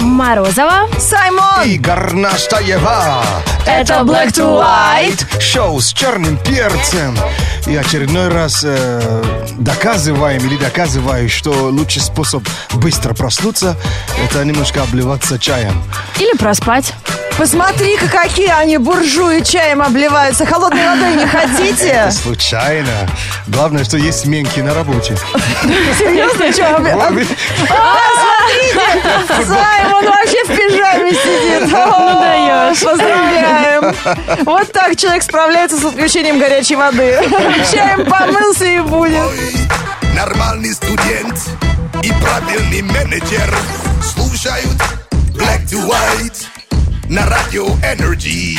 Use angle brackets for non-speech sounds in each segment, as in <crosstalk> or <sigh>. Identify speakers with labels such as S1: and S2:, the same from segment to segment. S1: Морозова.
S2: Саймон!
S3: И Горнаштаева.
S2: Это Black to White.
S3: Шоу с черным перцем. И очередной раз э, доказываем или доказываю, что лучший способ быстро проснуться, это немножко обливаться чаем.
S1: Или проспать.
S2: Посмотри-ка, какие они буржуи чаем обливаются. Холодной водой не хотите?
S3: Случайно. Главное, что есть менки на работе.
S2: Серьезно? Что, обли-
S3: Вот вы-
S2: Саймон вообще в пижаме сидит. Ну
S1: даешь.
S2: Поздравляем. Вот так человек справляется с отключением горячей воды. Чаем помылся и будет.
S4: Нормальный студент и правильный менеджер слушают Black to White на радио Energy.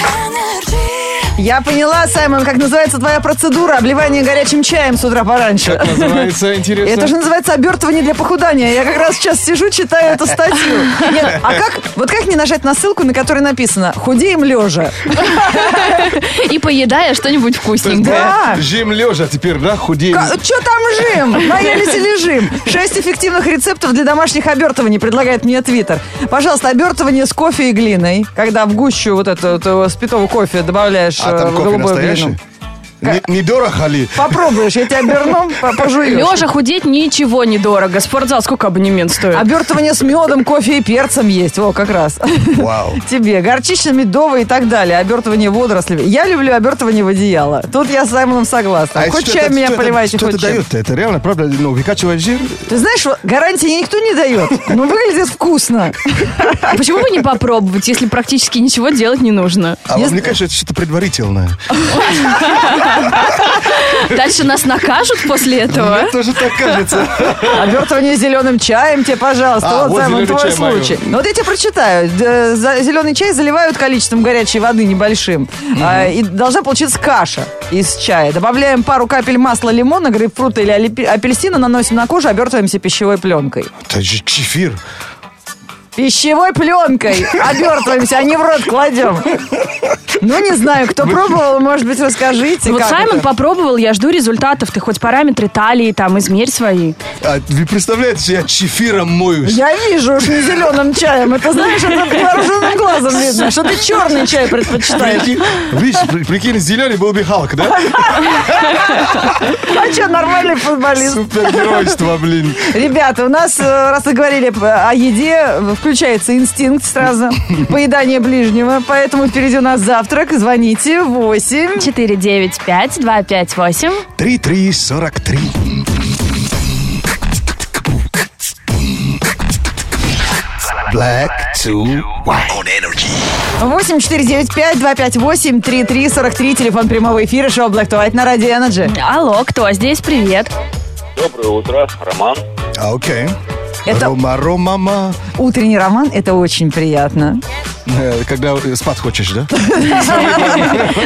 S2: Я поняла, Саймон, как называется твоя процедура обливания горячим чаем с утра пораньше.
S3: Как называется, интересно?
S2: Это же называется обертывание для похудания. Я как раз сейчас сижу, читаю эту статью. Нет, а как, вот как не нажать на ссылку, на которой написано «Худеем лежа»?
S1: И поедая что-нибудь вкусненькое.
S2: Да.
S3: Жим лежа теперь, да, худеем.
S2: Че А, там жим? Наелись и лежим. Шесть эффективных рецептов для домашних обертываний предлагает мне Твиттер. Пожалуйста, обертывание с кофе и глиной, когда в гущу вот эту вот, спитого кофе добавляешь
S3: А
S2: э,
S3: там кофе
S2: голубую
S3: настоящий?
S2: глину.
S3: Не- Недорого ли?
S2: Попробуешь, я тебя оберну, по- пожуешь.
S1: Лежа худеть ничего не дорого. Спортзал сколько абонемент стоит?
S2: Обертывание с медом, кофе и перцем есть. О, как раз. <laughs>
S3: Вау.
S2: Тебе горчично, медовое и так далее. Обертывание водорослей. Я люблю обертывание в одеяло. Тут я с Саймоном согласна.
S3: А
S2: хоть
S3: что
S2: чай
S3: это-
S2: меня
S3: что это-
S2: поливайте,
S3: Что это
S2: хоть чем.
S3: дает? Это реально, правда, ну, выкачивает жир?
S2: Ты знаешь, вот гарантии никто не дает. Но выглядит вкусно.
S1: А Почему бы не попробовать, если практически ничего делать не нужно?
S3: А мне кажется, это что-то предварительное.
S1: Дальше нас накажут после
S2: А
S1: этого.
S3: Мне тоже так кажется.
S2: Обертывание зеленым чаем тебе, пожалуйста.
S3: А,
S2: вот,
S3: вот
S2: Саймон,
S3: зеленый
S2: твой
S3: чай, Майя.
S2: случай. Ну, вот я тебе прочитаю. Д- за- Зеленый чай заливают количеством горячей воды небольшим. А, И должна получиться каша из чая. Добавляем пару капель масла лимона, грейпфрута или алипи- апельсина, наносим на кожу, обертываемся пищевой пленкой.
S3: Это же чефир.
S2: Пищевой пленкой обертываемся, а не в рот кладем. Ну, не знаю, кто пробовал, может быть, расскажите.
S1: Вот
S2: как
S1: Саймон
S2: это.
S1: попробовал, я жду результатов. Ты хоть параметры талии там измерь свои.
S3: А вы представляете, что я чефиром моюсь?
S2: Я вижу, уж не зеленым чаем. Это, знаешь, это <laughs> вооруженным глазом видно, что ты черный чай предпочитаешь.
S3: Прикинь, видишь, при- прикинь, зеленый был бы Халк, да?
S2: <laughs> А что, нормальный футболист?
S3: Супергеройство, блин.
S2: Ребята, у нас, э, раз и говорили п- о еде, включается инстинкт сразу, поедание ближнего. Поэтому впереди у нас завтрак. Звоните 8.
S1: 495 258.
S3: 3-3-43.
S4: Black to White on Energy.
S2: 8 495 258 3343. Телефон прямого эфира. Шоу Black to White на Радио Energy.
S1: Алло, кто здесь? Привет.
S5: Доброе утро, Роман.
S3: А, Окей.
S2: Это-
S3: Рома, Рома, ма.
S2: Утренний роман. Это очень приятно.
S3: Э, Когда э, спать
S2: <laughs>
S3: хочешь, да?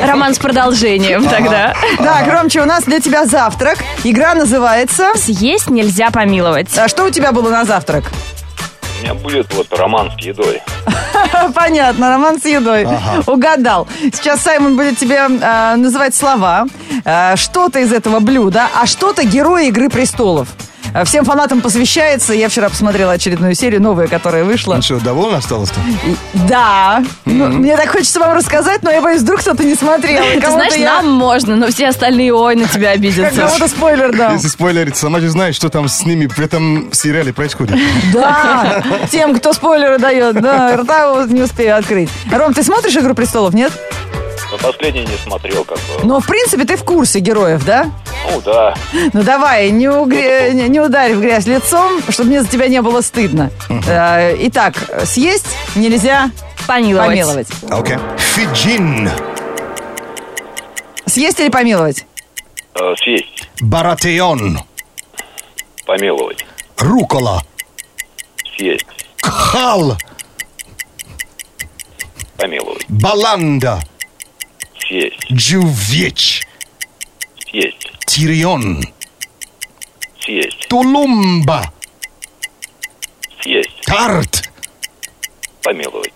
S1: Роман с продолжением тогда.
S2: Да, громче у нас для тебя завтрак. Игра называется...
S1: Съесть нельзя помиловать.
S2: А что у тебя было на завтрак?
S5: У меня будет вот роман с едой.
S2: <laughs> Понятно, роман с едой. Угадал. Сейчас Саймон будет тебе э, называть слова. э, что-то из этого блюда, а что-то герои «Игры престолов». Э, Всем фанатам посвящается. Я вчера посмотрела очередную серию, новая, которая вышла.
S3: Ну что, довольно осталось-то?
S2: Да. Ну, мне так хочется вам рассказать, но я боюсь, вдруг кто-то не смотрел. и
S1: <laughs> Ты
S2: кому-то
S1: знаешь,
S2: я-
S1: нам можно, но все остальные, ой, на тебя
S2: как
S1: обидятся.
S2: Кому-то спойлер дам.
S3: Если спойлерить, сама же знаешь, что там с ними в этом сериале происходит.
S2: Да, тем, кто спойлеры дает. Да, рта вот не успею открыть. Ром, ты смотришь «Игру престолов», нет?
S5: Но последний не смотрел, как бы.
S2: Но, в принципе, ты в курсе героев, да?
S5: Ну да.
S2: Ну давай, не, угре- не- не ударь в грязь лицом, чтобы мне за тебя не было стыдно. Э, Итак, съесть нельзя
S1: Помиловать.
S2: помиловать.
S3: А, Окей. Фиджин,
S2: Съесть или помиловать?
S5: э, съесть,
S3: баратеон,
S5: помиловать,
S3: рукола,
S5: съесть,
S3: хал,
S5: помиловать,
S3: баланда,
S5: съесть,
S3: джувеч,
S5: съесть,
S3: тирион,
S5: съесть,
S3: тулумба,
S5: съесть,
S3: тарт.
S5: помиловать.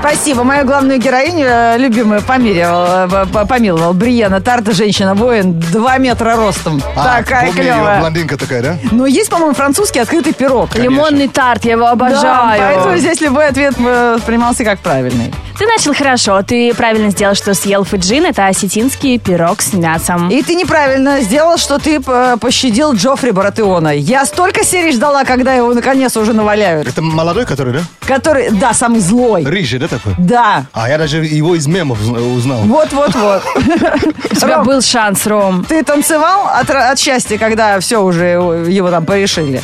S2: Спасибо. Мою главную героиню, э, любимую, помиловал, э, п- помиловал. Бриена Тарта, женщина-воин, 2 метра ростом.
S3: А,
S2: Такая
S3: помню её,
S2: клевая.
S3: блондинка такая, да?
S2: Но есть, по-моему, французский открытый пирог.
S1: Лимонный тарт, я его
S2: Да,
S1: обожаю.
S2: поэтому здесь любой ответ э, принимался как правильный.
S6: Ты начал хорошо, ты правильно сделал, что съел фуджин, это осетинский пирог с мясом.
S2: И ты неправильно сделал, что ты э, пощадил Джоффри Баратеона. Я столько серий ждала, когда его наконец уже наваляют.
S3: Это молодой, который, да?
S2: Который, да, самый злой.
S3: Рыжий, да, такой?
S2: Да.
S3: А я даже его из мемов зна- узнал. А,
S2: Вот-вот-вот. <laughs>
S6: У тебя был шанс, Ром.
S2: Ты танцевал от, ра- от счастья, когда все уже его, его там порешили?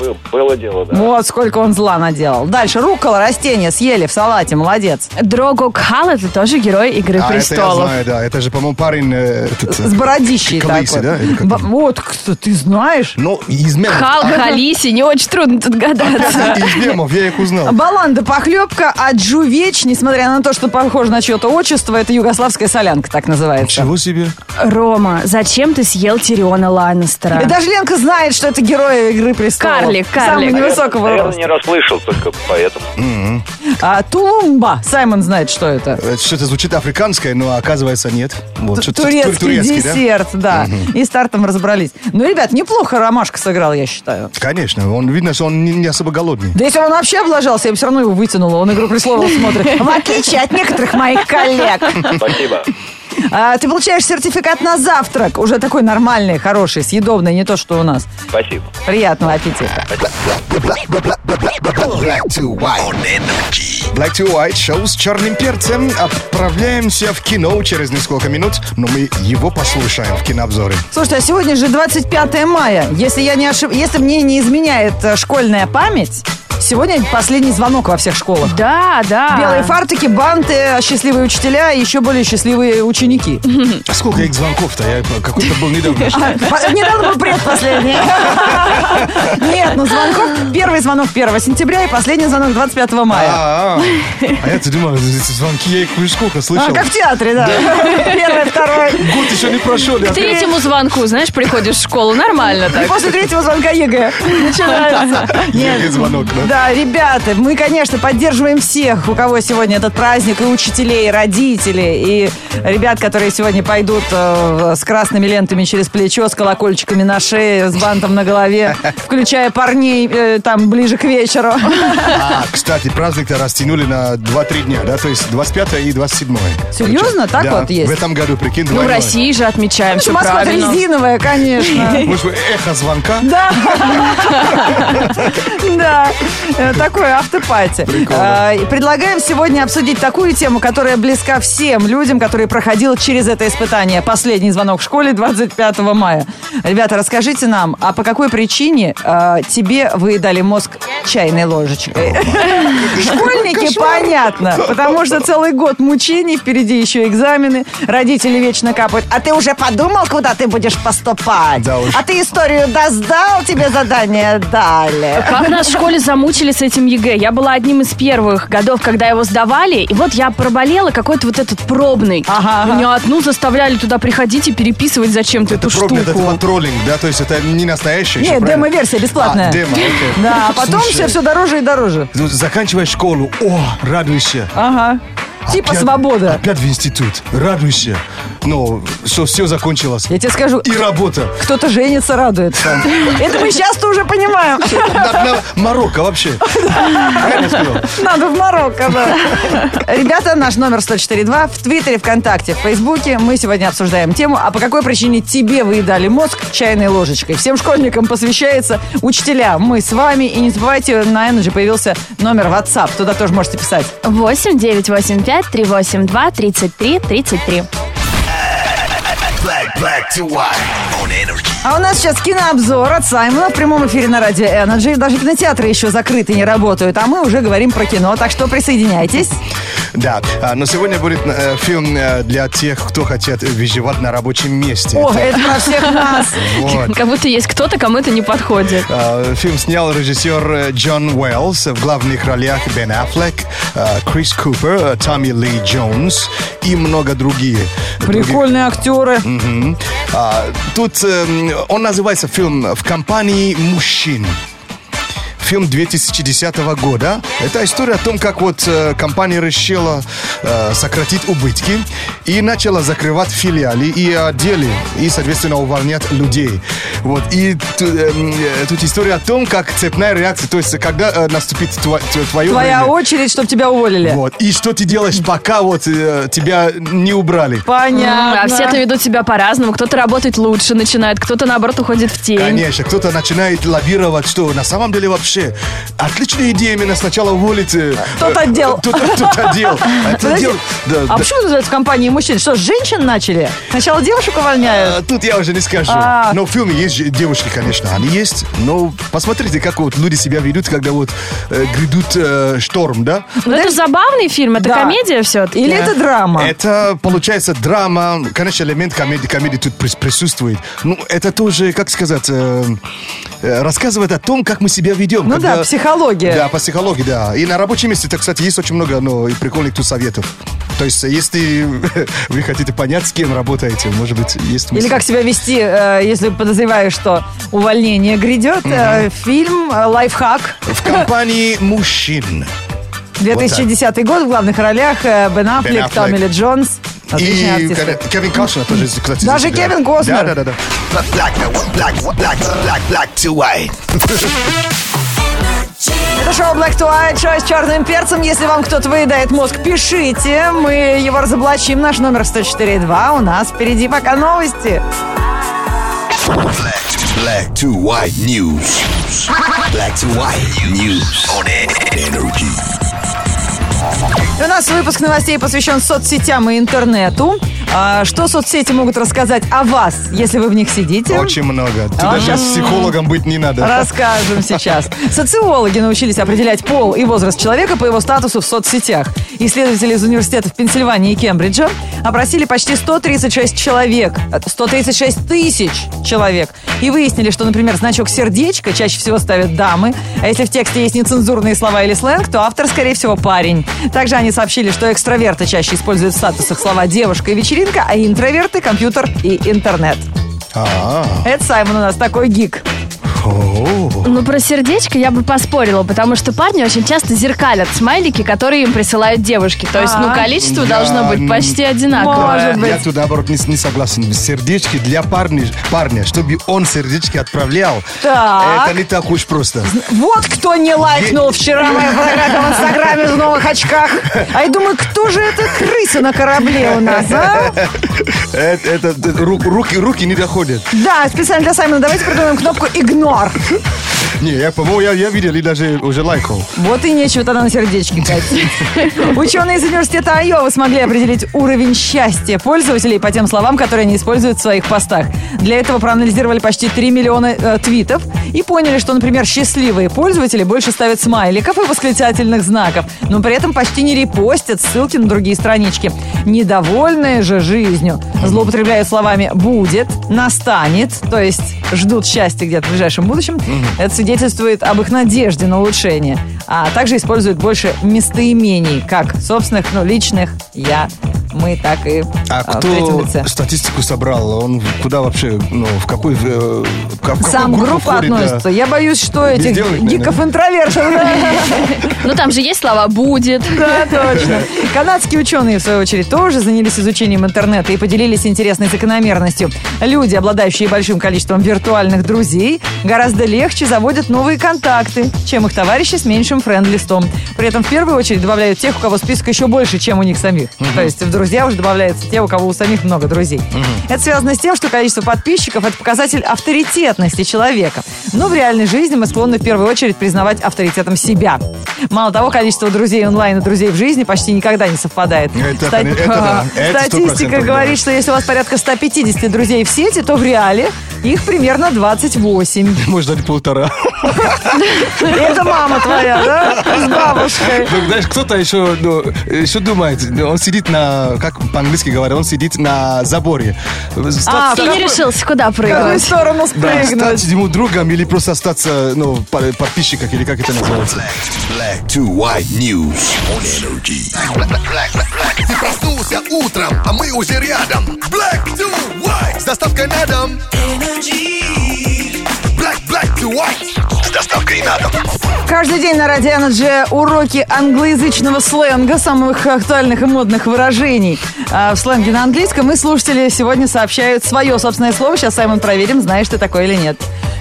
S5: Был- Было дело, да.
S2: Вот сколько он зла наделал. Дальше руккола, растения съели в салате, молодец.
S6: Дрого Кхал это тоже герой Игры
S3: А, это я
S6: престолов.
S3: знаю, да. Это же, по-моему, парень... э, этот, э,
S2: С бородищей
S3: Калиси,
S2: такой.
S3: да, или как
S2: Ба- Вот, кто, ты знаешь?
S3: Ну, из мемов.
S1: <laughs> Хал, Халиси, не очень трудно тут гадаться.
S3: Из мемов, я их узнал.
S2: Баланда похлебка, а джувеч, несмотря на то, что похоже на чье-то отчество, это югославская солянка, так называется.
S3: Чего себе?
S6: Рома, зачем ты съел Тириона Ланнистера?
S2: И даже Ленка знает, что это герой Игры престолов.
S6: Карлик,
S2: Самый
S6: карлик.
S2: невысокого
S5: Наверное,
S2: роста.
S5: не расслышал только поэтому.
S2: А, Тулумба. Саймон знает, что это.
S3: Это Э, Что-то звучит африканское, но оказывается нет. Вот, что-то тур-
S2: Турецкий,
S3: да?
S2: десерт, да. И с тартом разобрались. Ну, ребят, неплохо Ромашка сыграл, я считаю.
S3: Конечно, он видно, что он не, не особо голодный.
S2: Да если бы он вообще облажался, я бы все равно его вытянула. Он «Игру престолов» смотрит. <laughs> В отличие от некоторых моих коллег.
S5: Спасибо.
S2: А, ты получаешь сертификат на завтрак. Уже такой нормальный, хороший, съедобный, не то, что у нас.
S5: Спасибо.
S2: Приятного аппетита.
S4: Black to white. On energy.
S3: Black to White шоу с черным перцем. Отправляемся в кино через несколько минут, но мы его послушаем в кинообзоре.
S2: Слушайте, а сегодня же 25 мая. Если я не ошиб... если мне не изменяет э, школьная память, сегодня последний звонок во всех школах.
S6: Да, да.
S2: Белые фартуки, банты, э, счастливые учителя и еще более счастливые ученики.
S3: А сколько их звонков-то? Я по- какой-то был недавно.
S2: А, по- Недавно был предпоследний. Нет, ну звонков, первый звонок 1 сентября и последний звонок 25 мая.
S3: <laughs> А, а. А я-то думал, эти звонки я их уже сколько
S2: А,
S3: слышал.
S2: как в театре, да. <laughs> Первый, второй.
S3: Год еще не прошел. я-
S1: К третьему звонку, знаешь, приходишь в школу, нормально
S2: И
S1: так.
S2: после третьего звонка ЕГЭ начинается.
S3: Егорий звонок, да?
S2: Да, ребята, мы, конечно, поддерживаем всех, у кого сегодня этот праздник, и учителей, и родителей, и ребят, которые сегодня пойдут э, с красными лентами через плечо, с колокольчиками на шее, с бантом на голове, включая парней э, там ближе к вечеру.
S3: А, кстати, праздник-то растянули на 2-3 дня, да? То есть 25 и 27.
S2: Серьезно? Так
S3: Да,
S2: вот есть?
S3: В этом году, прикинь,
S1: Ну, в
S3: двойное.
S1: России же отмечаем все
S2: Москва
S1: правильно.
S2: резиновая, конечно.
S3: Может быть, эхо звонка?
S2: Да. <laughs> Да. Э, Такое автопати. А, и Предлагаем сегодня обсудить такую тему, которая близка всем людям, которые проходил через это испытание. Последний звонок в школе 25 мая. Ребята, расскажите нам, а по какой причине э, тебе выедали мозг чайной ложечкой?
S3: <laughs>
S2: Школьники, понятно, потому что целый год мучений, впереди еще экзамены, родители вечно капают. А ты уже подумал, куда ты будешь поступать?
S3: Да уж.
S2: А ты историю доздал, тебе задание дали.
S6: Как нас в школе замучили с этим ЕГЭ. Я была одним из первых годов, когда его сдавали. И вот я проболела какой-то вот этот пробный.
S2: Ага, ага.
S6: Меня одну заставляли туда приходить и переписывать зачем-то эту
S3: Это пробный, это
S6: штуку.
S3: контролинг, да? То есть это не настоящий
S2: Нет, демо-версия бесплатная.
S3: А, демо, окей.
S2: Да, а потом
S3: Слушай.
S2: все, все дороже и дороже.
S3: Ну, Заканчиваешь школу, о, радуйся.
S2: Ага. А? Типа
S3: Опять-
S2: свобода.
S3: Опять в институт, радуйся. Но что все закончилось.
S2: Я тебе скажу,
S3: И работа.
S2: кто-то женится, радуется. Это мы сейчас-то уже понимаем.
S3: На- на- Марокко вообще. Правильно сказал?
S2: Надо в Марокко, да. Ребята, наш номер 104.2 в Твиттере, ВКонтакте, в Фейсбуке. Мы сегодня обсуждаем тему, а по какой причине тебе выедали мозг чайной ложечкой. Всем школьникам посвящается учителя. Мы с вами. И не забывайте, на Energy появился номер WhatsApp. Туда тоже можете писать.
S6: 8 9 8 5 3 8 2 33 33.
S4: Black, black to white. On energy.
S2: А у нас сейчас кинообзор от Саймона в прямом эфире на радио Energy. Даже кинотеатры еще закрыты, не работают. А мы уже говорим про кино, так что присоединяйтесь.
S3: Да, а, но сегодня будет э, фильм э, для тех, кто хотят выживать на рабочем месте.
S2: О, это про всех нас.
S3: Вот.
S1: Как будто есть кто-то, кому это не подходит.
S3: Э, Фильм снял режиссер э, Джон Уэллс. В главных ролях Бен Аффлек, э, Крис Купер, э, Томми Ли Джонс и много другие.
S2: Прикольные актеры.
S3: Мгм. эм, А, Тут э, он называется фильм «В компании мужчин». Фильм 2010 года. Это история о том, как вот э, компания решила э, сократить убытки и начала закрывать филиалы и отделы, и, соответственно, увольнять людей. Вот. И ту- эм, э, тут история о том, как цепная реакция, то есть когда э, наступит тво- тво- твое
S2: Твоя
S3: время.
S2: очередь, чтобы тебя уволили.
S3: Вот. И что ты делаешь, пока вот э, тебя не убрали?
S2: Понятно.
S6: А все-то ведут себя по-разному. Кто-то работает лучше начинает, кто-то, наоборот, уходит в тень.
S3: Конечно, кто-то начинает лоббировать, что на самом деле вообще отличная идея именно сначала уволить. э,
S2: Тот
S3: э,
S2: отдел.
S3: Тот, тот
S2: <laughs>
S3: отдел. Отдел,
S2: Подожди,
S3: да,
S2: а
S3: да.
S2: почему называется компании мужчин? Что, женщин начали? Сначала девушек увольняют?
S3: А, Тут я уже не скажу.
S2: А.
S3: Но в фильме есть же девушки, конечно, они есть. Но посмотрите, как вот люди себя ведут, когда вот э, грядут э, шторм, да?
S6: Ну, это же забавный фильм, это
S2: Да.
S6: комедия все-таки.
S2: Или это драма?
S3: Это, получается, драма. Конечно, элемент комедии, комедии тут прис- присутствует. Ну, это тоже, как сказать, э, э, рассказывает о том, как мы себя ведем.
S2: Ну да, психология.
S3: Да, по психологии, да. И на рабочем месте, так, кстати, есть очень много ну, и прикольных тут советов. То есть, если <laughs> вы хотите понять, с кем работаете, может быть, есть...
S2: Или
S3: мысли.
S2: как себя вести, э, если подозреваешь, что увольнение грядет? Э, Фильм э, «Лайфхак»
S3: В компании мужчин.
S2: 2010 год в главных ролях э, Бен Аффлек,
S3: Аффлек.
S2: Томми Ли Джонс. Отличные
S3: И
S2: артисты.
S3: Кэ- Кевин Костнер тоже, кстати.
S2: Даже
S3: здесь играет.
S2: Кевин Костнер.
S3: Да, да, да. да.
S4: Black, black, black, black, black, black to white.
S2: Это шоу Black to White, шоу с черным перцем. Если вам кто-то выедает мозг, пишите. Мы его разоблачим. Наш номер 104.2. У нас впереди пока новости.
S4: Black to, black to white news. Black to white news on energy.
S2: И у нас выпуск новостей посвящен соцсетям и интернету. А, что соцсети могут рассказать о вас, если вы в них сидите?
S3: Очень много. Ты даже сейчас психологом быть не надо.
S2: Расскажем сейчас. Социологи научились определять пол и возраст человека по его статусу в соцсетях. Исследователи из университетов Пенсильвании и Кембриджа опросили почти 136 человек, э, 136 тысяч человек, и выяснили, что, например, значок сердечко чаще всего ставят дамы, а если в тексте есть нецензурные слова или сленг, то автор, скорее всего, парень. Также они сообщили, что экстраверты чаще используют в статусах слова «девушка» и «вечеринка», а интроверты – «компьютер» и «интернет».
S3: А,
S2: Это Саймон у нас такой гик.
S3: о,
S6: Ну, про сердечко я бы поспорила, потому что парни очень часто зеркалят смайлики, которые им присылают девушки. То есть,
S2: А.
S6: ну, количество
S3: Я,
S6: должно быть
S3: м,
S6: почти одинаково.
S2: Может быть.
S3: Я тут, наоборот, не, не согласен. Сердечки для парня, парня, чтобы он сердечки отправлял,
S2: Так.
S3: это не так уж просто.
S2: Вот кто не лайкнул вчера мою фотографию в Инстаграме в новых очках. А я думаю, кто же эта крыса на корабле у нас, а?
S3: Э, Это, э, ру- руки, руки не доходят.
S2: Да, специально для Саймона давайте придумаем кнопку «Игнор».
S3: Не, я, по-моему, я, я видел и даже уже лайкал.
S2: Вот и нечего тогда на сердечке катить. Ученые из университета Айовы смогли определить уровень счастья пользователей по тем словам, которые они используют в своих постах. Для этого проанализировали почти 3 миллиона э, твитов и поняли, что, например, счастливые пользователи больше ставят смайликов и восклицательных знаков, но при этом почти не репостят ссылки на другие странички. Недовольные же жизнью злоупотребляют словами «будет», «настанет», то есть ждут счастья где-то в ближайшем будущем. Это свидетельствует об их надежде на улучшение. А также используют больше местоимений, как собственных, ну, личных, я, мы, так и
S3: А
S2: а, в третьем
S3: кто
S2: лице.
S3: статистику собрал? Он в- куда вообще, ну, в какой... э, в ка- в какую
S2: Сам
S3: группу
S2: группа
S3: входит, да?
S2: относится. Я боюсь, что
S3: Без
S2: этих
S3: девок, наверное.
S2: гиков-интровертов. да.
S6: Ну, там же есть слова «будет».
S2: Да, точно. Канадские ученые, в свою очередь, тоже занялись изучением интернета и поделились интересной закономерностью. Люди, обладающие большим количеством виртуальных друзей, гораздо легче заводят новые контакты, чем их товарищи с меньшим френд-листом. При этом в первую очередь добавляют тех, у кого список еще больше, чем у них самих. То есть в друзья уже добавляются те, у кого у самих много друзей. Это связано с тем, что количество подписчиков – это показатель авторитетности человека. Но в реальной жизни мы склонны в первую очередь признавать авторитетом себя. Мало того, количество друзей онлайн и друзей в жизни почти никогда не совпадает.
S3: Это, конечно, это
S2: <laughs>
S3: да. Это 100%
S2: Статистика говорит,
S3: да.
S2: что если у вас порядка 150 друзей в сети, то в реале их примерно
S3: <laughs>
S2: 28.
S3: Может, даже полтора.
S2: И Это мама твоя, да? С бабушкой.
S3: Ну, знаешь, кто-то еще, ну, еще думает, он сидит на, как по-английски говорят, он сидит на заборе. Стать-
S2: А,
S6: Ты не
S2: какой-
S6: решился, куда
S2: В какую
S6: прыгать?
S2: сторону
S3: да,
S2: спрыгнуть?
S3: стать ему другом или просто остаться, ну, по- подписчиком, или как это называется.
S4: Black to white news on energy. Black, black, black, black. Ты проснулся утром, а мы уже рядом. Black to white с доставкой на дом. Energy. Black, black to white. С доставкой на дом.
S2: Каждый день на Радио Energy уроки англоязычного сленга, самых актуальных и модных выражений а, в сленге на английском. И слушатели сегодня сообщают свое собственное слово. Сейчас, Саймон, проверим, знаешь ты такое или нет.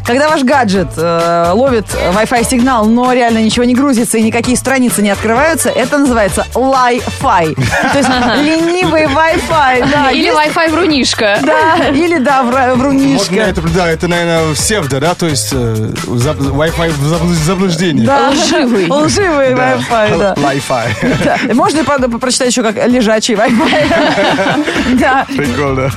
S2: Когда ваш гаджет э, ловит Wi-Fi сигнал, но реально ничего не грузится и никакие страницы не открываются, это называется Li-Fi. То есть ленивый Wi-Fi. да.
S1: Или Wi-Fi врунишка.
S2: Да, или да, вра-
S3: Можно
S2: врунишка.
S3: это, да, это, наверное, псевдо, да, то есть э, зап- Wi-Fi в забл- заблуждение.
S2: Да.
S1: Лживый.
S2: Лживый Wi-Fi, да.
S3: Wi-Fi. <laughs>
S2: Да. Можно, правда, по- прочитать еще как лежачий Wi-Fi. Да.
S3: Прикольно.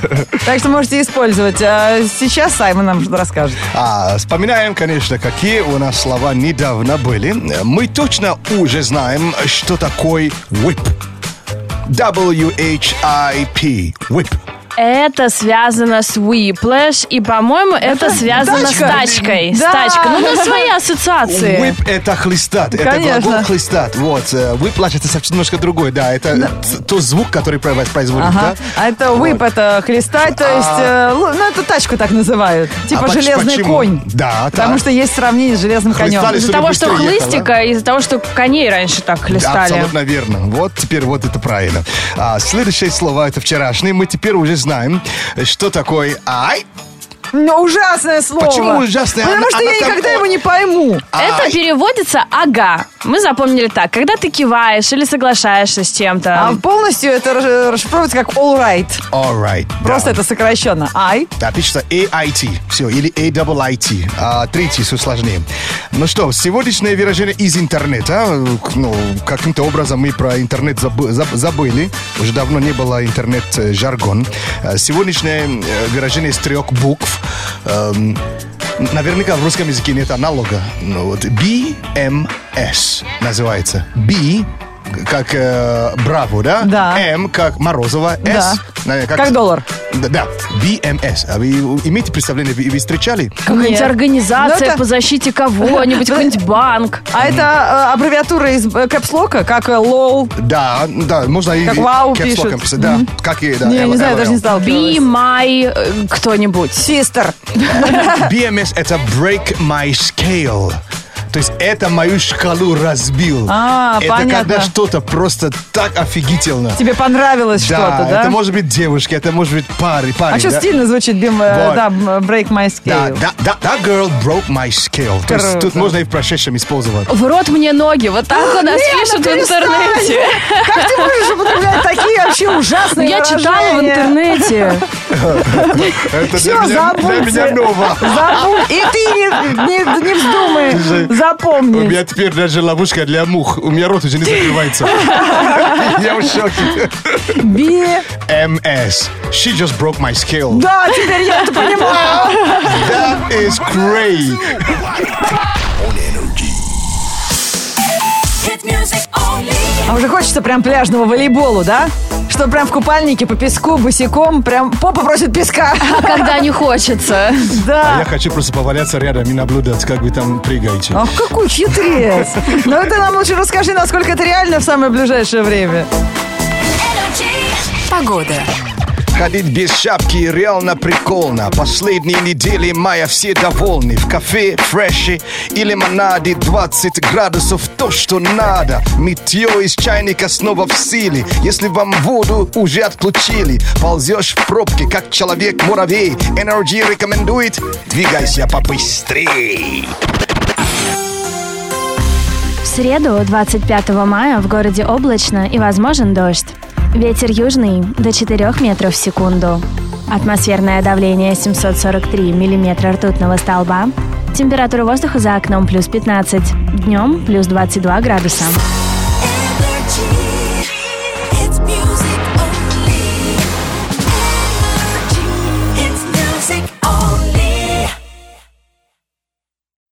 S2: Так что можете использовать. А Сейчас Саймон нам что-то расскажет.
S3: А, вспоминаем, конечно, какие у нас слова недавно были. Мы точно уже знаем, что такое whip. W-H-I-P. Whip.
S6: Это связано с Whiplash, и, по-моему, это связано
S2: тачка.
S6: с тачкой. С
S2: Да.
S6: тачкой. Ну, на свои ассоциации.
S3: Whip это хлестат. Это
S2: Конечно.
S3: глагол хлестат. Вот. э, Whiplash это совсем немножко другой. Да, это т- тот звук, который произ- производит,
S2: Ага.
S3: да?
S2: А это whip, это хлестать, то есть, э, л- ну, это тачку так называют.
S3: А
S2: Типа
S3: поч-
S2: железный
S3: почему?
S2: конь.
S3: Да,
S2: Потому
S3: так.
S2: что есть сравнение с железным конем.
S3: Хлестали
S6: Из-за
S3: чтобы
S6: того, что
S3: быстрее ехала.
S6: хлыстика, из-за того, что коней раньше так хлестали.
S3: Абсолютно верно. Вот теперь вот это правильно. А, следующие слова это вчерашние. Мы теперь уже знаем, что такое ай.
S2: Ну, ужасное слово.
S3: Почему ужасное?
S2: Потому
S3: Она-
S2: что я
S3: она
S2: никогда
S3: такое-
S2: его не пойму.
S6: Это
S3: Ай.
S6: переводится «ага». Мы запомнили так. Когда ты киваешь или соглашаешься с
S2: А
S6: чем-то.
S2: полностью это рас- расшифровывается как all right.
S3: All right. да.
S2: Просто это сокращенно. I.
S3: Да, пишется AIT. Все, или AIT. А, третий все сложнее. Ну что, сегодняшнее выражение из интернета. Э, к- Ну, каким-то образом мы про интернет забы- заб- забыли. Уже давно не было интернет-жаргон. Сегодняшнее э, выражение из трех букв. Эм, Наверняка в русском языке нет аналога. Ну, вот BMS называется. B как э, Браво, да?
S2: Да.
S3: М как Морозова. S э,
S2: Да.
S3: наверное,
S2: Как доллар.
S3: да, да, BMS. А вы имеете представление, вы, вы встречали?
S6: Какая-нибудь
S2: Нет. Ну,
S6: организация
S2: это- Ну,
S6: по защите
S2: <laughs>
S6: кого-нибудь, какой-нибудь банк.
S2: А это э, аббревиатура из э, кэпслока, как э, лол.
S3: Да, да, можно и
S2: Как вау
S3: кэпслоком
S2: пишут.
S3: писать. Да, как и... Да,
S2: Не, я не
S3: L-
S2: знаю, я даже
S3: LOL.
S2: не сталкивалась.
S6: Be my э, кто-нибудь.
S2: Систер.
S3: BMS это break my scale. То есть это мою шкалу разбил.
S2: А,
S3: это
S2: понятно.
S3: когда что-то просто так офигительно.
S2: Тебе понравилось что-то, да?
S3: это может быть девушки, это может быть пары, парень.
S2: А что
S3: да?
S2: стильно звучит, Бим, э,
S3: Вот.
S2: да, Break My
S3: Да,
S2: Scale.
S3: да, да, that girl broke my scale. То есть тут
S2: Круто.
S3: можно и в прошедшем использовать.
S6: В рот мне ноги. Вот так у
S2: <laughs>
S6: нас
S2: ну
S6: пишут в интернете.
S2: Как ты можешь употреблять такие вообще ужасные
S6: Я читала в
S2: выражения? <laughs>
S6: интернете.
S3: Это
S2: Всё,
S3: для меня, для
S2: забудьте.
S3: меня ново.
S2: Забудь. И ты не, не- не вздумай
S3: У
S2: запомнить.
S3: меня теперь даже ловушка для мух. У меня рот уже не закрывается. Я в шоке.
S2: Би.
S3: MS. She just broke my scale.
S2: Да, теперь я это понимаю.
S3: That is great.
S4: On energy.
S7: Hit music only.
S2: А уже хочется прям пляжного волейболу, да? Что прям в купальнике по песку, босиком, прям попа просит
S3: <laughs>
S2: песка.
S6: Когда не хочется.
S2: Да.
S3: А Я хочу просто поваляться рядом и наблюдать, как вы там прыгаете.
S2: Ах, какой хитрец! Ну ты нам лучше расскажи, насколько это реально в самое ближайшее время.
S7: Energy.
S3: Ходить без шапки реально прикольно. Последние недели мая все довольны. В кафе, фреше и лимонаде 20 градусов то, что надо. Мытье из чайника снова в силе. Если вам воду уже отключили, ползешь в пробке, как человек-муравей. Energy рекомендует, двигайся побыстрее.
S8: В среду, 25 мая, в городе облачно и возможен дождь. Ветер южный до 4 метров в секунду. Атмосферное давление 743 миллиметра ртутного столба. Температура воздуха за окном плюс 15. Днем плюс 22 градуса.
S7: Energy. It's music only. Energy. It's music